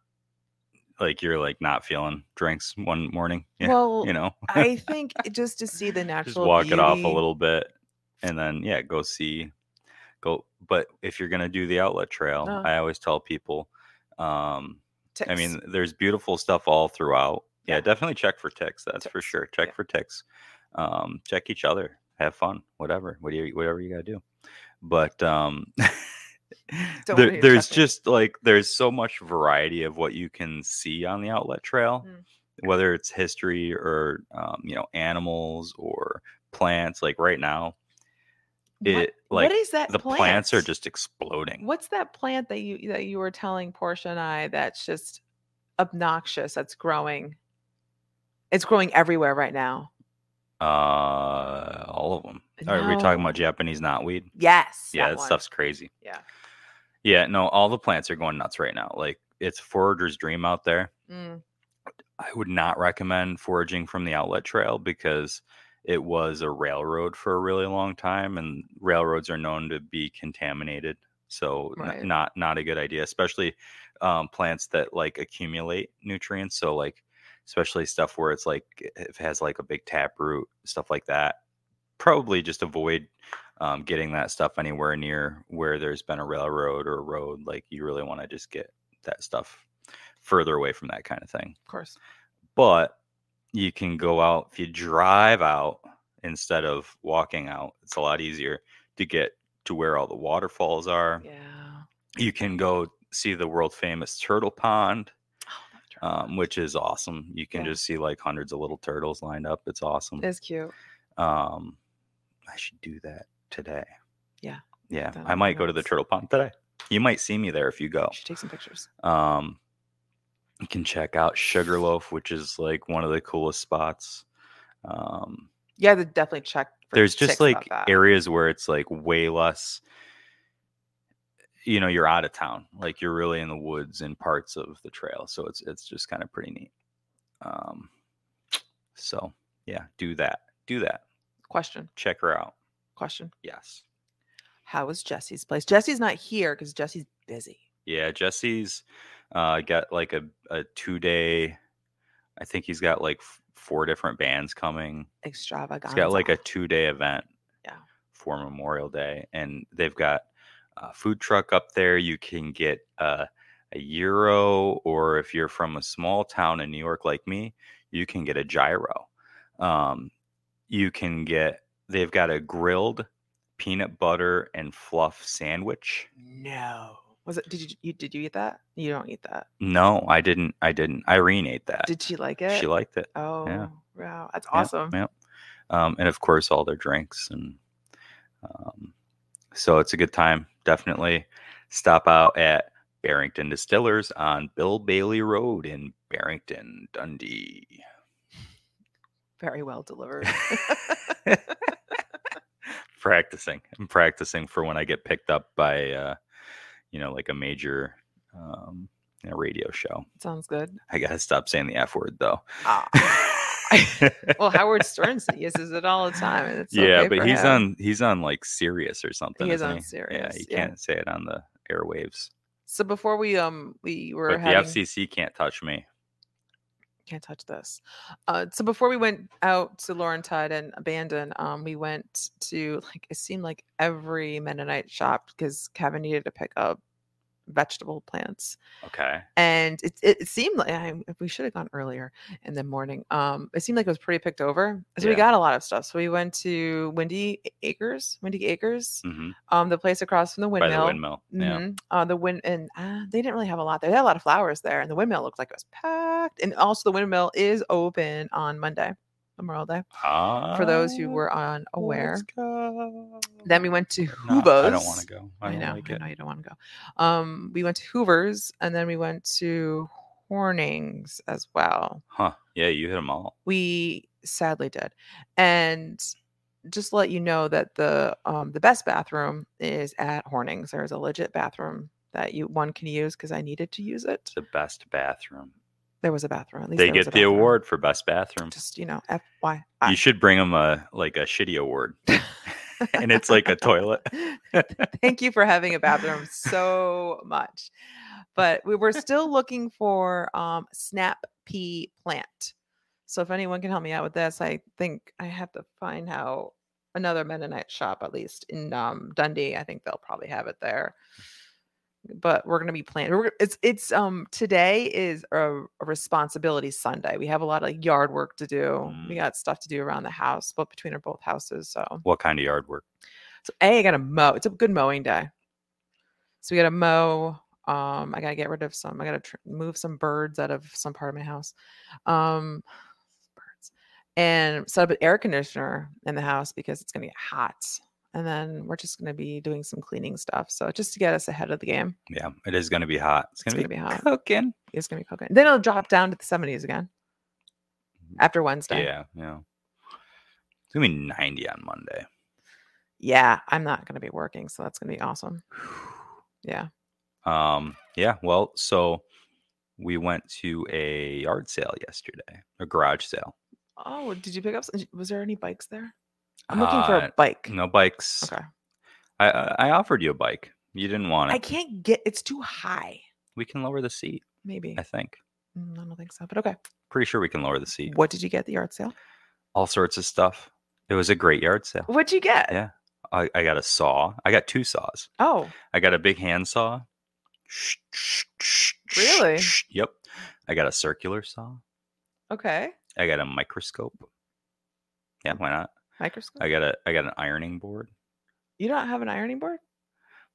Speaker 1: like you're like not feeling drinks one morning. Yeah.
Speaker 2: well
Speaker 1: you know,
Speaker 2: i think it- just to see the natural
Speaker 1: just walk it off a
Speaker 2: beauty-
Speaker 1: little bit and then yeah, go see go but if you're going to do the outlet trail,
Speaker 2: Oh.
Speaker 1: I always tell people um
Speaker 2: to-
Speaker 1: I mean, there's beautiful stuff all throughout. Yeah,
Speaker 2: Yeah.
Speaker 1: definitely check for ticks. That's for
Speaker 2: Ticks,
Speaker 1: sure. Check
Speaker 2: yeah.
Speaker 1: for ticks. Um, check each other. Have fun. Whatever. What do you, whatever you gotta do. But um,
Speaker 2: Don't
Speaker 1: there-
Speaker 2: worry,
Speaker 1: there's
Speaker 2: trust me.
Speaker 1: just like there's so much variety of what you can see on the outlet trail,
Speaker 2: Mm.
Speaker 1: whether it's history or um, you know animals or plants. Like right now,
Speaker 2: what-
Speaker 1: it like
Speaker 2: what is that
Speaker 1: the plants are
Speaker 2: plant?
Speaker 1: just exploding.
Speaker 2: What's that plant that you that you were telling Portia and I that's just obnoxious that's growing? It's growing everywhere right now.
Speaker 1: Uh, all of them. Are we talking
Speaker 2: No.
Speaker 1: about Japanese knotweed?
Speaker 2: Yes.
Speaker 1: yeah,
Speaker 2: that
Speaker 1: that
Speaker 2: one.
Speaker 1: stuff's crazy.
Speaker 2: Yeah.
Speaker 1: Yeah, no, all the plants are going nuts right now. Like it's forager's dream out there.
Speaker 2: Mm,
Speaker 1: I would not recommend foraging from the outlet trail because it was a railroad for a really long time and railroads are known to be contaminated. So n-
Speaker 2: Right.
Speaker 1: not not a good idea, especially um, plants that like accumulate nutrients. So like especially stuff where it's like if it has like a big tap root, stuff like that. Probably just avoid um, getting that stuff anywhere near where there's been a railroad or a road. Like you really want to just get that stuff further away from that kind of thing
Speaker 2: of course.
Speaker 1: but you can go out if you drive out instead of walking out it's a lot easier to get to where all the waterfalls are
Speaker 2: Yeah.
Speaker 1: you can go see the world famous turtle pond
Speaker 2: Oh, that drum.
Speaker 1: um, which is awesome you can
Speaker 2: Yeah.
Speaker 1: just see like hundreds of little turtles lined up it's awesome
Speaker 2: It's cute.
Speaker 1: um, i should do that today
Speaker 2: Yeah.
Speaker 1: yeah
Speaker 2: That
Speaker 1: i
Speaker 2: would be
Speaker 1: might go to the
Speaker 2: nice.
Speaker 1: turtle pond today you might see me there if you go
Speaker 2: You should take some pictures.
Speaker 1: um, you can check out Sugarloaf, which is like one of the coolest spots. Um,
Speaker 2: Yeah, they definitely check. for
Speaker 1: there's just
Speaker 2: ticks
Speaker 1: like
Speaker 2: about that.
Speaker 1: areas where it's like way less. You know, you're out of town, like you're really in the woods and parts of the trail. So it's it's just kind of pretty neat. Um, so yeah, do that, do that.
Speaker 2: question.
Speaker 1: Check her out.
Speaker 2: Question.
Speaker 1: Yes.
Speaker 2: How is Jesse's place? Jesse's not here because Jesse's busy.
Speaker 1: Yeah, Jesse's uh, got like a, a two day. I think he's got like f- four different bands coming.
Speaker 2: Extravaganza.
Speaker 1: It's got like a two day event
Speaker 2: Yeah.
Speaker 1: for Memorial Day, and they've got a food truck up there. You can get a, a euro, or if you're from a small town in New York like me, you can get a gyro. Um, you can get they've got a grilled peanut butter and fluff sandwich.
Speaker 2: Mm. no. Was it? Did you, you did you eat that? You don't eat that.
Speaker 1: No, I didn't. I didn't. Irene ate that.
Speaker 2: Did she like it?
Speaker 1: Uh, She liked it.
Speaker 2: Oh, wow. That's
Speaker 1: Yeah,
Speaker 2: awesome.
Speaker 1: Yeah. Um, and of course, all their drinks. And um, so it's a good time. Definitely stop out at Barrington Distillers on Bill Bailey Road in Barrington, Dundee.
Speaker 2: Very well delivered.
Speaker 1: practicing. I'm practicing for when I get picked up by, uh, you know, like a major um, you know, radio show.
Speaker 2: Sounds good.
Speaker 1: I got to stop saying the F word, though.
Speaker 2: Ah. well, Howard Stern s- uses it all the time. And it's
Speaker 1: yeah,
Speaker 2: okay
Speaker 1: but
Speaker 2: for
Speaker 1: he's
Speaker 2: him.
Speaker 1: on he's on like Sirius or something.
Speaker 2: He is
Speaker 1: isn't
Speaker 2: on
Speaker 1: Yeah, you
Speaker 2: Sirius, yeah.
Speaker 1: can't say it on the airwaves.
Speaker 2: So before we um we were
Speaker 1: But
Speaker 2: having
Speaker 1: the FCC can't touch me.
Speaker 2: can't touch this. Uh, so before we went out to Laurentide and Abandon, um, we went to like it seemed like every Mennonite shop because Kevin needed to pick up vegetable plants.
Speaker 1: Okay.
Speaker 2: and it, it it seemed like I, we should have gone earlier in the morning. Um, it seemed like it was pretty picked over, so we
Speaker 1: Yeah.
Speaker 2: got a lot of stuff. So we went to Windy Acres, Windy Acres,
Speaker 1: hmm
Speaker 2: um, the place across from the
Speaker 1: By
Speaker 2: windmill.
Speaker 1: the windmill. Yeah.
Speaker 2: Mhm. Uh, the wind and uh, they didn't really have a lot there. They had a lot of flowers there, and the windmill looked like it was packed. And also, the windmill is open on Monday. Memorial Day.
Speaker 1: Ah,
Speaker 2: Mm-hmm. For those who were unaware.
Speaker 1: let's go.
Speaker 2: Then we went to
Speaker 1: No,
Speaker 2: Hoover's.
Speaker 1: I don't want to go. I
Speaker 2: I
Speaker 1: don't
Speaker 2: know.
Speaker 1: like
Speaker 2: I
Speaker 1: it.
Speaker 2: know you don't want to go. Um, we went to Hoover's and then we went to Hornings as well.
Speaker 1: Huh? Yeah, you hit them all.
Speaker 2: We sadly did, and just to let you know that the um, the best bathroom is at Hornings. There is a legit bathroom that you one can use because I needed to use it.
Speaker 1: The best bathroom.
Speaker 2: There was a bathroom. At least
Speaker 1: They
Speaker 2: there was
Speaker 1: get
Speaker 2: a
Speaker 1: the
Speaker 2: bathroom.
Speaker 1: award for best bathroom.
Speaker 2: Just you know, FYI.
Speaker 1: You should bring them a like a shitty award, and it's like a toilet.
Speaker 2: Thank you for having a bathroom so much. But we were still looking for um, snap pea plant. So if anyone can help me out with this, I think I have to find how another Mennonite shop, at least in um, Dundee. I think they'll probably have it there. But we're gonna be planting. We're, it's it's um today is a, a responsibility Sunday. We have a lot of yard work to do.
Speaker 1: Mm.
Speaker 2: We got stuff to do around the house, but between our both houses. So
Speaker 1: What kind of yard work?
Speaker 2: so A, I gotta mow. It's a good mowing day. So we gotta mow. Um, I gotta get rid of some. I gotta tr- move some birds out of some part of my house. Um, birds, and set up an air conditioner in the house because it's gonna get hot. And then we're just gonna be doing some cleaning stuff. So just to get us ahead of the game,
Speaker 1: Yeah, it is going to be hot. It's going to
Speaker 2: gonna
Speaker 1: be,
Speaker 2: be hot.
Speaker 1: cooking.
Speaker 2: it's gonna be cooking. Then it'll drop down to the 70s again after Wednesday.
Speaker 1: Yeah, yeah. It's going to be 90 on Monday.
Speaker 2: yeah. I'm not gonna be working, so that's gonna be awesome. Yeah.
Speaker 1: Um, yeah, well, so we went to a yard sale yesterday, a garage sale.
Speaker 2: Oh, did you pick up? s- Was there any bikes there? I'm looking for
Speaker 1: Uh,
Speaker 2: a bike.
Speaker 1: no bikes.
Speaker 2: Okay.
Speaker 1: I, uh, I I offered you a bike. You didn't want it.
Speaker 2: I can't get it's too high.
Speaker 1: we can lower the seat,
Speaker 2: Maybe.
Speaker 1: I think.
Speaker 2: Mm, I don't think so, but okay.
Speaker 1: Pretty sure we can lower the seat.
Speaker 2: What did you get at the yard sale?
Speaker 1: All sorts of stuff. It was a great yard sale.
Speaker 2: What'd you get?
Speaker 1: Yeah. I, I got a saw. I got two saws.
Speaker 2: Oh,
Speaker 1: I got a big hand saw.
Speaker 2: Really?
Speaker 1: Yep. I got a circular saw.
Speaker 2: okay.
Speaker 1: I got a microscope. Yeah, why not?
Speaker 2: Microscope.
Speaker 1: I got a I got an ironing board.
Speaker 2: you don't have an ironing board?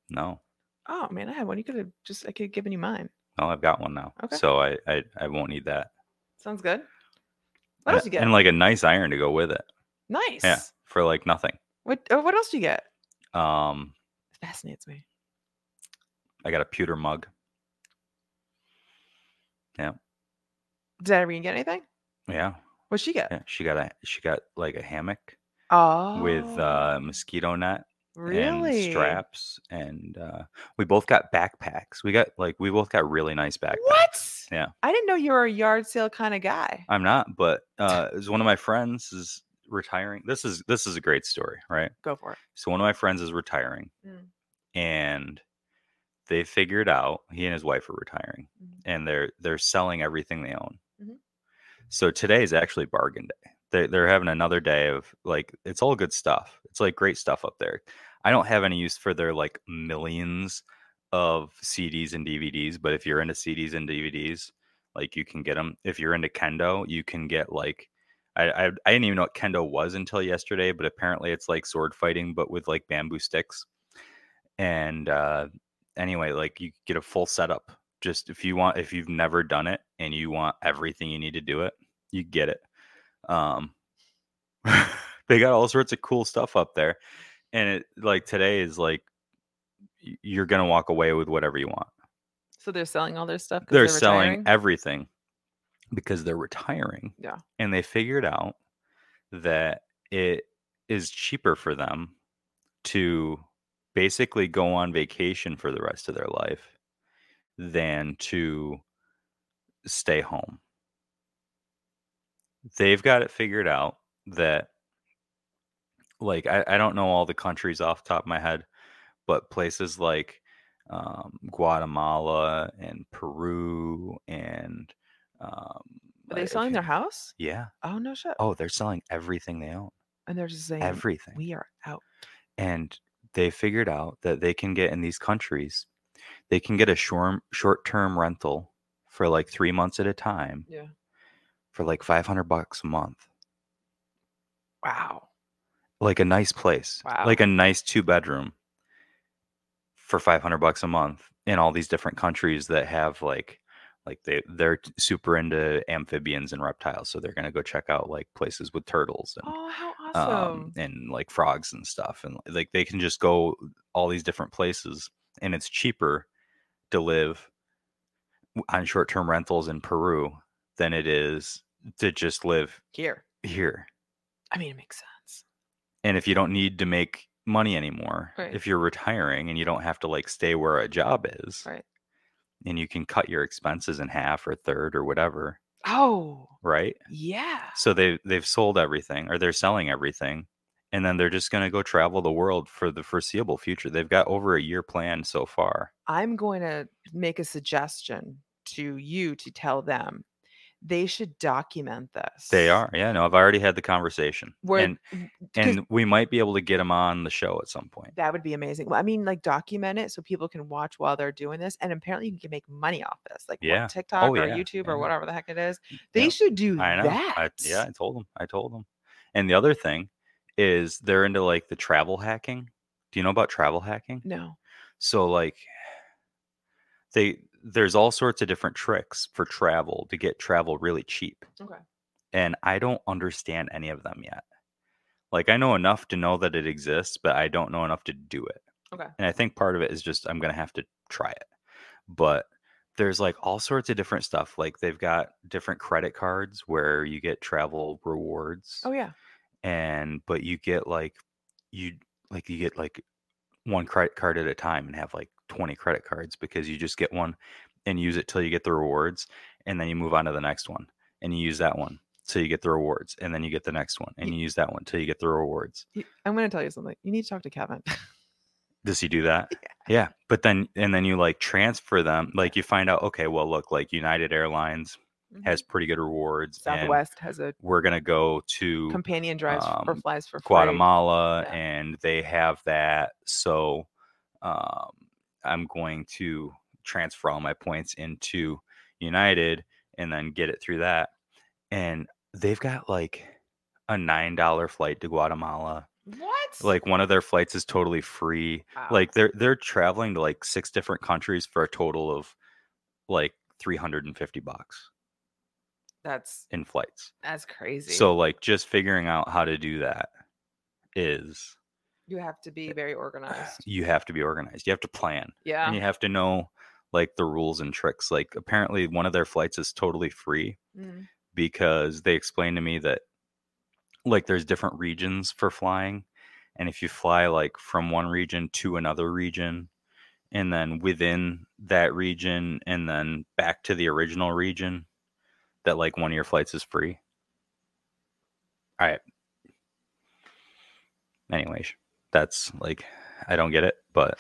Speaker 1: No,
Speaker 2: Oh man, I had one. You could have just I could have given you mine.
Speaker 1: no, I've got one now,
Speaker 2: Okay.
Speaker 1: so I, I I won't need that.
Speaker 2: Sounds good. What
Speaker 1: And-
Speaker 2: else you get?
Speaker 1: And like a nice iron to go with it
Speaker 2: nice.
Speaker 1: for like nothing.
Speaker 2: What uh, what else do you get?
Speaker 1: Um,
Speaker 2: It fascinates me.
Speaker 1: I got a pewter mug.
Speaker 2: Did Irene get anything?
Speaker 1: Yeah,
Speaker 2: What'd she get?
Speaker 1: yeah. She got a she got like a hammock
Speaker 2: Oh
Speaker 1: with uh, mosquito net
Speaker 2: really?
Speaker 1: and straps, and uh, we both got backpacks. We got like we both got really nice backpacks.
Speaker 2: What?
Speaker 1: Yeah.
Speaker 2: I didn't know you were a yard sale kind of guy.
Speaker 1: I'm not, but uh, it was one of my friends is retiring. This is this is a great story, right?
Speaker 2: Go for it.
Speaker 1: So one of my friends is retiring,
Speaker 2: Mm.
Speaker 1: and they figured out he and his wife are retiring,
Speaker 2: Mhm.
Speaker 1: and they're they're selling everything they own.
Speaker 2: Mhm.
Speaker 1: So today is actually bargain day. They're they're having another day of like it's all good stuff. It's like great stuff up there. I don't have any use for their like millions of CDs and DVDs, but if you're into CDs and DVDs, like you can get them. If you're into kendo, you can get like I, I I didn't even know what kendo was until yesterday, but apparently it's like sword fighting, but with like bamboo sticks. And uh, anyway, like you get a full setup. Just if you want, if you've never done it and you want everything you need to do it, you get it. Um, they got all sorts of cool stuff up there, and it like today is like y- you're gonna walk away with whatever you want.
Speaker 2: So they're selling all their stuff. 'cause
Speaker 1: They're, selling
Speaker 2: retiring?
Speaker 1: everything because they're retiring.
Speaker 2: Yeah.
Speaker 1: And they figured out that it is cheaper for them to basically go on vacation for the rest of their life than to stay home. They've got it figured out that like I, I don't know all the countries off the top of my head, but places like um, Guatemala and Peru and um,
Speaker 2: Are they
Speaker 1: I- I
Speaker 2: selling their
Speaker 1: can't-
Speaker 2: house?
Speaker 1: Yeah.
Speaker 2: Oh no shit.
Speaker 1: Oh, they're selling everything they own.
Speaker 2: and they're just saying
Speaker 1: Everything.
Speaker 2: we are out.
Speaker 1: and they figured out that they can get in these countries, they can get a short short term rental for like three months at a time
Speaker 2: Yeah.
Speaker 1: for like five hundred bucks a month,
Speaker 2: Wow.
Speaker 1: like a nice place, like a nice two bedroom for five hundred bucks a month in all these different countries that have like Like they they're t- super into amphibians and reptiles, so they're gonna go check out like places with turtles and
Speaker 2: Oh, how
Speaker 1: um,
Speaker 2: awesome.
Speaker 1: and like frogs and stuff. And like they can just go all these different places, and it's cheaper to live w- on short term rentals in Peru than it is to just live
Speaker 2: Here.
Speaker 1: here.
Speaker 2: I mean, it makes sense.
Speaker 1: And if you don't need to make money anymore,
Speaker 2: Right.
Speaker 1: if you're retiring and you don't have to like stay where a job is,
Speaker 2: Right.
Speaker 1: and you can cut your expenses in half or third or whatever,
Speaker 2: Oh,
Speaker 1: right?
Speaker 2: yeah.
Speaker 1: so they they've sold everything or they're selling everything and then they're just going to go travel the world for the foreseeable future they've got over a year planned so far
Speaker 2: I'm going to make a suggestion to you to tell them they should document this.
Speaker 1: they are yeah no i've already had the conversation
Speaker 2: Where
Speaker 1: and
Speaker 2: w- 'cause
Speaker 1: and we might be able to get them on the show at some point
Speaker 2: that would be amazing. Well, I mean, like document it so people can watch while they're doing this. And apparently you can make money off this, like what,
Speaker 1: Yeah.
Speaker 2: TikTok
Speaker 1: Oh,
Speaker 2: or
Speaker 1: yeah,
Speaker 2: YouTube
Speaker 1: yeah.
Speaker 2: or whatever the heck it is. They
Speaker 1: Yeah.
Speaker 2: should do
Speaker 1: i know
Speaker 2: that.
Speaker 1: I, yeah i told them i told them and the other thing is they're into like the travel hacking do you know about travel hacking
Speaker 2: No.
Speaker 1: so like they there's all sorts of different tricks for travel to get travel really cheap
Speaker 2: Okay.
Speaker 1: and I don't understand any of them yet. Like I know enough to know that it exists, but I don't know enough to do it.
Speaker 2: Okay.
Speaker 1: And I think part of it is just I'm gonna have to try it. But there's like all sorts of different stuff. Like they've got different credit cards where you get travel rewards,
Speaker 2: Oh yeah.
Speaker 1: and but you get like you like you get like one credit card at a time and have like 20 credit cards because you just get one and use it till you get the rewards and then you move on to the next one and you use that one till you get the rewards and then you get the next one and
Speaker 2: Ye-
Speaker 1: you use that one till you get the rewards
Speaker 2: You- I'm going to tell you something. You need to talk to Kevin.
Speaker 1: does he do that yeah but then and then you like transfer them like you find out okay well look like united airlines has pretty good rewards and
Speaker 2: Mm-hmm. Southwest has a
Speaker 1: we're gonna go to
Speaker 2: companion drives or
Speaker 1: um,
Speaker 2: flies for free.
Speaker 1: Guatemala,
Speaker 2: Yeah.
Speaker 1: and they have that. So um, I'm going to transfer all my points into United and then get it through that. And they've got like a nine dollar flight to Guatemala.
Speaker 2: What?
Speaker 1: Like one of their flights is totally free.
Speaker 2: Wow.
Speaker 1: Like they're they're traveling to like six different countries for a total of like 350 bucks
Speaker 2: that's
Speaker 1: in flights.
Speaker 2: that's crazy.
Speaker 1: So like just figuring out how to do that is
Speaker 2: you have to
Speaker 1: eh,
Speaker 2: be very organized.
Speaker 1: you have to be organized. You have to plan
Speaker 2: Yeah.
Speaker 1: and you have to know like the rules and tricks. Like apparently one of their flights is totally free
Speaker 2: Mhm.
Speaker 1: because they explained to me that like there's different regions for flying and if you fly like from one region to another region and then within that region and then back to the original region that like one of your flights is free. All right. Anyways, that's like I don't get it, but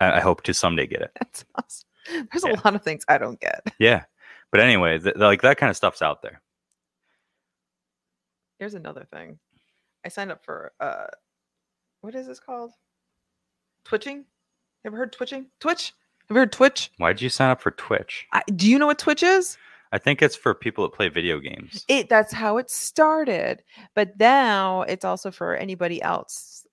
Speaker 1: I, I hope to someday get it.
Speaker 2: That's awesome. There's
Speaker 1: Yeah.
Speaker 2: a lot of things I don't get.
Speaker 1: Yeah. But anyway, th- like that kind of stuff's out there.
Speaker 2: Here's another thing. I signed up for uh what is this called? Twitching? Ever heard twitching? Twitch? Ever heard Twitch?
Speaker 1: Why did you sign up for Twitch?
Speaker 2: I, do you know what Twitch is?
Speaker 1: I think it's for people that play video games.
Speaker 2: It that's how it started. But now it's also for anybody else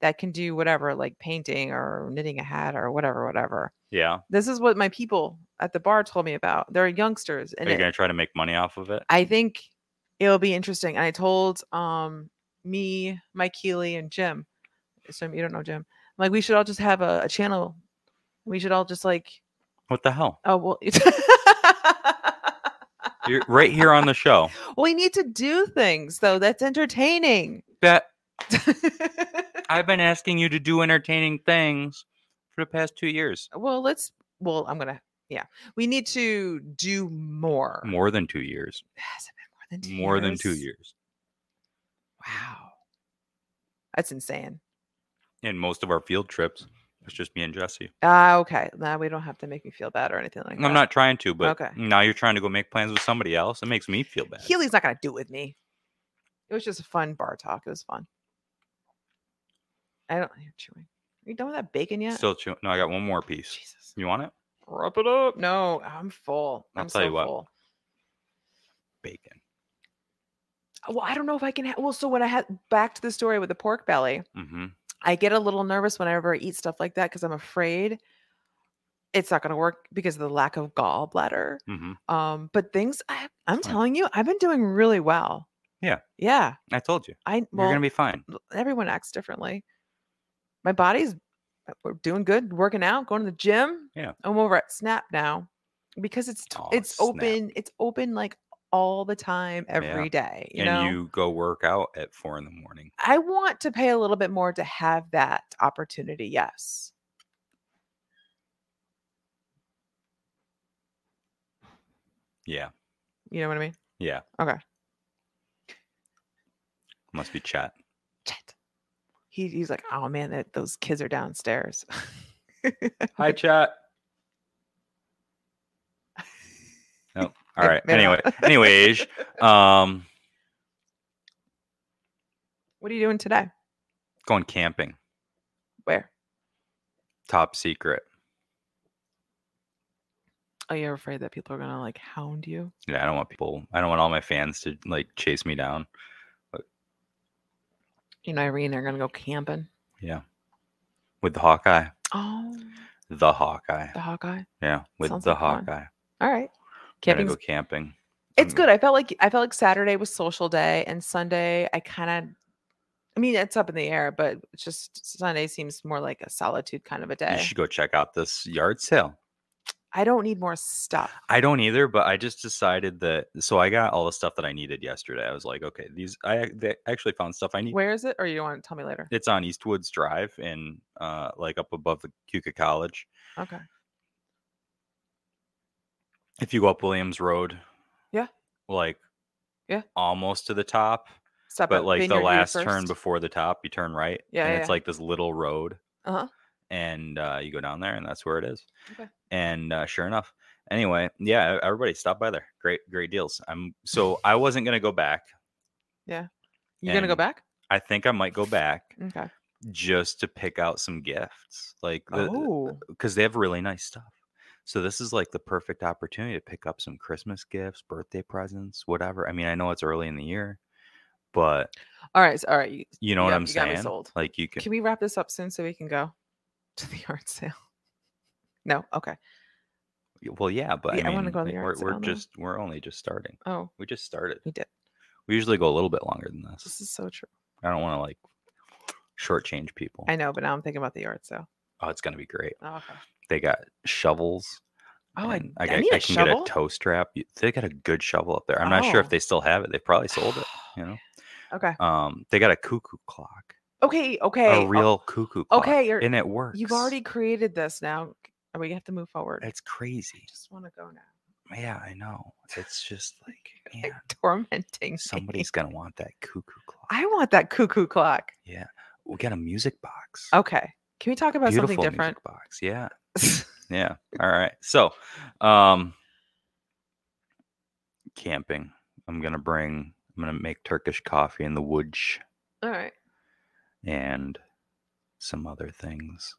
Speaker 2: that can do whatever, like painting or knitting a hat or whatever, whatever.
Speaker 1: yeah.
Speaker 2: This is what my people at the bar told me about. They're youngsters,
Speaker 1: Are
Speaker 2: and
Speaker 1: you
Speaker 2: it,
Speaker 1: going to try to make money off of it?
Speaker 2: I think it'll be interesting. And I told um me, Mike Keeley, and Jim. So you don't know Jim. I'm like we should all just have a, a channel. We should all just like
Speaker 1: What the hell?
Speaker 2: oh well.
Speaker 1: You're right here on the show.
Speaker 2: we need to do things though. That's entertaining.
Speaker 1: That
Speaker 2: Uh, well,
Speaker 1: I've been asking you to do entertaining things for the past 2 years.
Speaker 2: let's. Well, I'm gonna. Yeah, we need to do more.
Speaker 1: More than 2 years.
Speaker 2: Has it been more than two
Speaker 1: More than 2
Speaker 2: years?
Speaker 1: years.
Speaker 2: Wow, that's insane.
Speaker 1: And most of our field trips it's just me and Jesse.
Speaker 2: Ah, okay. Now we don't have to make me feel bad or anything like that.
Speaker 1: I'm not trying to, but
Speaker 2: Okay.
Speaker 1: now you're trying to go make plans with somebody else. It makes me feel bad.
Speaker 2: Healy's not gonna do it with me. It was just a fun bar talk. It was fun. I don't. You're chewing. Are you done with that bacon yet?
Speaker 1: Still chew- No, I got one more piece.
Speaker 2: Jesus.
Speaker 1: You want it?
Speaker 2: Wrap it up. No, I'm full.
Speaker 1: I'll
Speaker 2: am
Speaker 1: tell
Speaker 2: so
Speaker 1: you what.
Speaker 2: full.
Speaker 1: Bacon.
Speaker 2: Well, I don't know if I can. Ha- well, so when I had back to the story with the pork belly,
Speaker 1: Mhm.
Speaker 2: I get a little nervous whenever I eat stuff like that because I'm afraid it's not going to work because of the lack of gallbladder.
Speaker 1: hmm
Speaker 2: Um, but things I, I'm
Speaker 1: fine.
Speaker 2: telling you, I've been doing really well.
Speaker 1: Yeah.
Speaker 2: Yeah.
Speaker 1: I told you,
Speaker 2: I
Speaker 1: you're
Speaker 2: well,
Speaker 1: gonna be fine.
Speaker 2: l- everyone acts differently. My body's uh, we're doing good, working out, going to the gym.
Speaker 1: Yeah.
Speaker 2: I'm over at Snap now because it's t-
Speaker 1: Aw,
Speaker 2: it's
Speaker 1: Snap.
Speaker 2: open. It's open like all the time, every day. You
Speaker 1: and
Speaker 2: know,
Speaker 1: you go work out at four in the morning.
Speaker 2: I want to pay a little bit more to have that opportunity. Yes.
Speaker 1: Yeah,
Speaker 2: You know what I mean?
Speaker 1: yeah.
Speaker 2: Okay.
Speaker 1: Must be chat.
Speaker 2: Chet. He, he's like, oh man, that those kids are downstairs.
Speaker 1: Hi, chat. Nope. Oh, All
Speaker 2: May-
Speaker 1: right.
Speaker 2: may
Speaker 1: Anyway,
Speaker 2: not.
Speaker 1: anyways, um,
Speaker 2: what are you doing today?
Speaker 1: going camping,
Speaker 2: Where?
Speaker 1: top secret.
Speaker 2: Oh, you're afraid that people are gonna like hound you?
Speaker 1: Yeah, I don't want people. I don't want all my fans to like chase me down.
Speaker 2: You know, Irene, they're gonna go camping.
Speaker 1: with the Hawkeye.
Speaker 2: Oh,
Speaker 1: The Hawkeye.
Speaker 2: the Hawkeye.
Speaker 1: Yeah, with
Speaker 2: Sounds
Speaker 1: the
Speaker 2: like fun.
Speaker 1: Hawkeye.
Speaker 2: All right,
Speaker 1: Gonna
Speaker 2: camping.
Speaker 1: go camping.
Speaker 2: It's
Speaker 1: Mm.
Speaker 2: good. I felt like I felt like Saturday was social day, and Sunday I kind of. I mean, it's up in the air, but it's just Sunday seems more like a solitude kind of a
Speaker 1: You
Speaker 2: day.
Speaker 1: should go check out this yard sale.
Speaker 2: I don't need more stuff.
Speaker 1: I don't either, but I just decided that. So I got all the stuff that I needed yesterday. I was like, okay, these I ac- they I actually found stuff I need.
Speaker 2: Where is it? Or you want to tell me later?
Speaker 1: It's on Eastwoods Drive and uh, like up above the Cuca College.
Speaker 2: Okay.
Speaker 1: If you go up Williams Road,
Speaker 2: Yeah.
Speaker 1: like
Speaker 2: Yeah.
Speaker 1: almost to the top,
Speaker 2: Stop.
Speaker 1: but
Speaker 2: at
Speaker 1: like
Speaker 2: Vineyard
Speaker 1: the
Speaker 2: View
Speaker 1: last turn
Speaker 2: first.
Speaker 1: before the top, you turn right.
Speaker 2: Yeah,
Speaker 1: And
Speaker 2: yeah,
Speaker 1: it's
Speaker 2: yeah.
Speaker 1: like this little road.
Speaker 2: Uh-huh.
Speaker 1: And uh, you go down there, and that's where it is.
Speaker 2: Okay.
Speaker 1: And uh, sure enough, anyway, yeah, e- everybody stop by there. Great, great deals. I'm so I wasn't gonna go back.
Speaker 2: You're gonna go
Speaker 1: and-
Speaker 2: back?
Speaker 1: I think I might go back
Speaker 2: Okay.
Speaker 1: just to pick out some gifts, like because
Speaker 2: Oh,
Speaker 1: they have really nice stuff. So this is like the perfect opportunity to pick up some Christmas gifts, birthday presents, whatever. I mean, I know it's early in the year, but
Speaker 2: all right. so- All right. You,
Speaker 1: you know what
Speaker 2: Yeah,
Speaker 1: I'm
Speaker 2: you got me
Speaker 1: saying.
Speaker 2: sold.
Speaker 1: Like you can
Speaker 2: Can we wrap this up soon so we can go to the yard sale? No. Okay.
Speaker 1: Y- Well, yeah, but
Speaker 2: Yeah,
Speaker 1: I
Speaker 2: I wanna
Speaker 1: mean,
Speaker 2: go to the
Speaker 1: like,
Speaker 2: yard
Speaker 1: we're, we're
Speaker 2: sale now.
Speaker 1: just we're only just starting.
Speaker 2: Oh,
Speaker 1: We just started.
Speaker 2: we did.
Speaker 1: We usually go a little bit longer than this.
Speaker 2: This is so true.
Speaker 1: I don't want to like shortchange people.
Speaker 2: I know, but now I'm thinking about the yard sale.
Speaker 1: oh, it's gonna be great.
Speaker 2: Oh, okay.
Speaker 1: They got shovels.
Speaker 2: Oh, I,
Speaker 1: and
Speaker 2: I,
Speaker 1: got-
Speaker 2: need a
Speaker 1: I can
Speaker 2: shovel.
Speaker 1: get a toe strap. Y- They got a good shovel up there. I'm not sure if
Speaker 2: Oh.
Speaker 1: they still have it. They probably sold it. You know.
Speaker 2: okay.
Speaker 1: Um, they got a cuckoo clock,
Speaker 2: Okay. Okay.
Speaker 1: a
Speaker 2: oh,
Speaker 1: real cuckoo clock.
Speaker 2: okay, you're-
Speaker 1: and it works.
Speaker 2: You've already created this. Now and we have to move forward.
Speaker 1: It's
Speaker 2: I
Speaker 1: crazy.
Speaker 2: just want to go now.
Speaker 1: Yeah, I know. It's just like man,
Speaker 2: Tormenting. me.
Speaker 1: somebody's gonna want that cuckoo clock.
Speaker 2: I want that cuckoo clock.
Speaker 1: Yeah. We got a music box.
Speaker 2: Okay. Can we talk about
Speaker 1: Beautiful
Speaker 2: something different?
Speaker 1: music box. Yeah. Yeah. All right. So, um camping. I'm going to bring I'm going to make Turkish coffee in the woods
Speaker 2: All right.
Speaker 1: and some other things.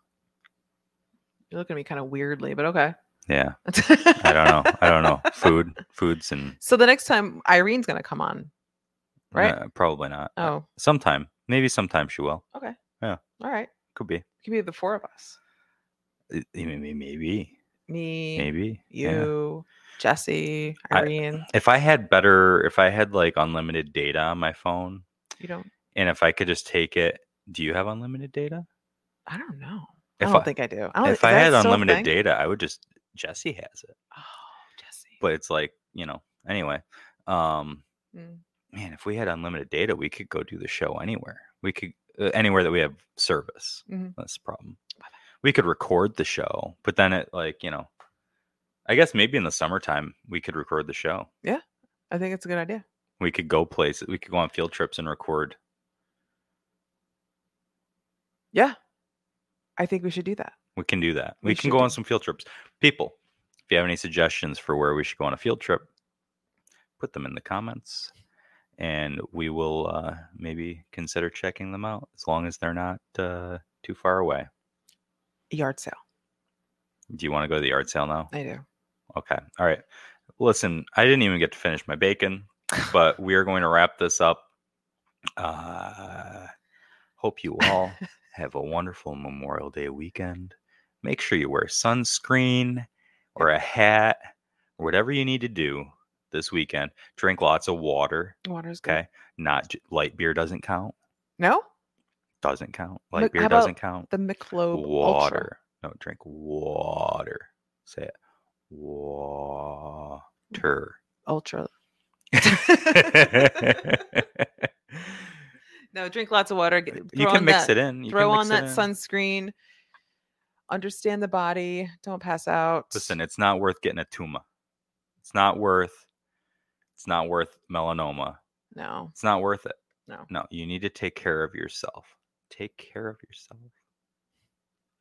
Speaker 2: You're looking at me kind of weirdly, but okay.
Speaker 1: Yeah. I
Speaker 2: I
Speaker 1: don't know. I don't know. Food, foods and
Speaker 2: So the next time Irene's gonna come on. Right?
Speaker 1: uh, probably not. Uh,
Speaker 2: Oh,
Speaker 1: Sometime. Maybe sometime she will.
Speaker 2: all right.
Speaker 1: Could be.
Speaker 2: It could be the four of us.
Speaker 1: Uh, Maybe maybe.
Speaker 2: Me,
Speaker 1: Maybe. Yeah.
Speaker 2: you, Jesse,
Speaker 1: I-
Speaker 2: Irene.
Speaker 1: If I had better if I had like unlimited data on my phone,
Speaker 2: you don't.
Speaker 1: and if I could just take it, do you have unlimited data?
Speaker 2: I don't know.
Speaker 1: If
Speaker 2: I don't
Speaker 1: I-
Speaker 2: think I do. I don't, is
Speaker 1: if I
Speaker 2: that
Speaker 1: had
Speaker 2: still a
Speaker 1: unlimited
Speaker 2: thing?
Speaker 1: data, I would just Jesse has it.
Speaker 2: Oh, Jesse.
Speaker 1: But it's like, you know, anyway. Um
Speaker 2: Mm.
Speaker 1: man, if we had unlimited data, we could go do the show anywhere. We could uh, anywhere that we have service.
Speaker 2: Mhm.
Speaker 1: That's the problem. We could record the show, but then it like, you know, I guess maybe in the summertime we could record the show.
Speaker 2: I think it's a good idea.
Speaker 1: We could go places. We could go on field trips and record.
Speaker 2: Yeah, I think we should do that.
Speaker 1: We can do that.
Speaker 2: We
Speaker 1: We,
Speaker 2: should
Speaker 1: can go
Speaker 2: do
Speaker 1: on
Speaker 2: that.
Speaker 1: some field trips. People, if you have any suggestions for where we should go on a field trip, put them in the comments and we will uh, maybe consider checking them out as long as they're not uh, too far away.
Speaker 2: Yard sale.
Speaker 1: Do you want to go to the yard sale now?
Speaker 2: I do.
Speaker 1: Okay. All right. Listen, I didn't even get to finish my bacon, but we are going to wrap this up. Uh, hope you all have a wonderful Memorial Day weekend. make sure you wear sunscreen or a hat or whatever you need to do this weekend. Drink lots of water.
Speaker 2: Water's good.
Speaker 1: Okay. Not j- light beer doesn't count.
Speaker 2: No,
Speaker 1: Doesn't count. Light
Speaker 2: Look,
Speaker 1: beer
Speaker 2: how about
Speaker 1: doesn't count.
Speaker 2: the McClobe Ultra.
Speaker 1: Water. No, drink water. Say it. Water.
Speaker 2: Ultra.
Speaker 1: you
Speaker 2: No, drink lots of water. Get, throw
Speaker 1: can
Speaker 2: on
Speaker 1: mix
Speaker 2: that,
Speaker 1: it in. You can
Speaker 2: throw on
Speaker 1: mix it in.
Speaker 2: that sunscreen. Understand the body. Don't pass out.
Speaker 1: Listen, it's not worth getting a tuma. It's not worth. It's not worth melanoma.
Speaker 2: No.
Speaker 1: It's not worth it.
Speaker 2: No.
Speaker 1: No, you need to take care of yourself. Take care of yourself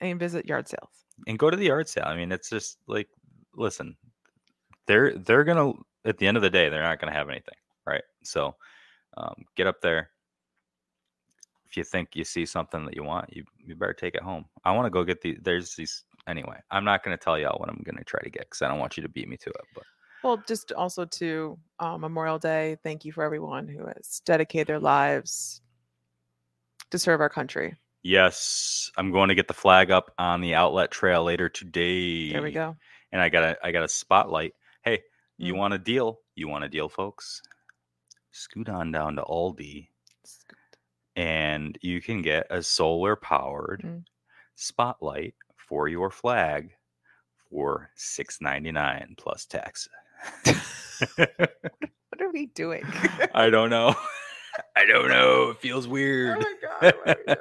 Speaker 2: And visit yard sales.
Speaker 1: and go to the yard sale. I mean, it's just like, listen, they're they're gonna at the end of the day, they're not gonna have anything, right? So, um, get up there. If you think you see something that you want, you you better take it home. I want to go get the there's these anyway. I'm not gonna tell y'all what I'm gonna try to get because I don't want you to beat me to it. But
Speaker 2: Well, just also to uh, Memorial Day, thank you for everyone who has dedicated their lives to serve our country.
Speaker 1: yes, I'm going to get the flag up on the outlet trail later today.
Speaker 2: There we go.
Speaker 1: and I got a I got a spotlight. Hey, you
Speaker 2: Mm.
Speaker 1: want a deal? You want a deal, folks? Scoot on down to Aldi
Speaker 2: It's good.
Speaker 1: and you can get a solar powered
Speaker 2: Mm.
Speaker 1: spotlight for your flag for six ninety nine plus tax.
Speaker 2: What are we doing?
Speaker 1: I don't know. I don't know. It feels weird.
Speaker 2: Oh my God, what are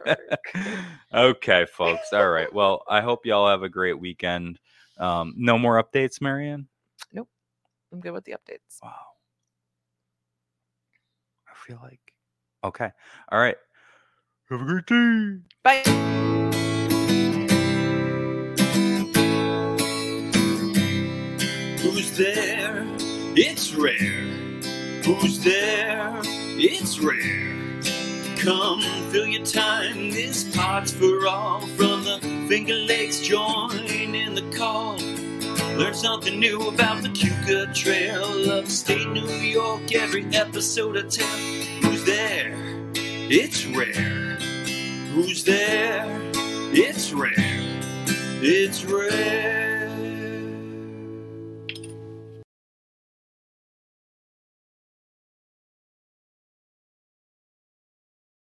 Speaker 2: we doing?
Speaker 1: okay, folks. All right. Well, I hope y'all have a great weekend. Um, no more updates, Marianne.
Speaker 2: I'm good with the updates.
Speaker 1: Wow. I feel like. Okay. All right. Have a great day.
Speaker 2: Bye.
Speaker 3: Who's there? It's rare. Who's there? It's rare. Come fill your time. This pot's for all. From the Finger Lakes, join in the call. Learn something new about the Cuca Trail upstate New York. Every episode I tell. Who's there? It's rare. Who's there? It's rare. It's rare.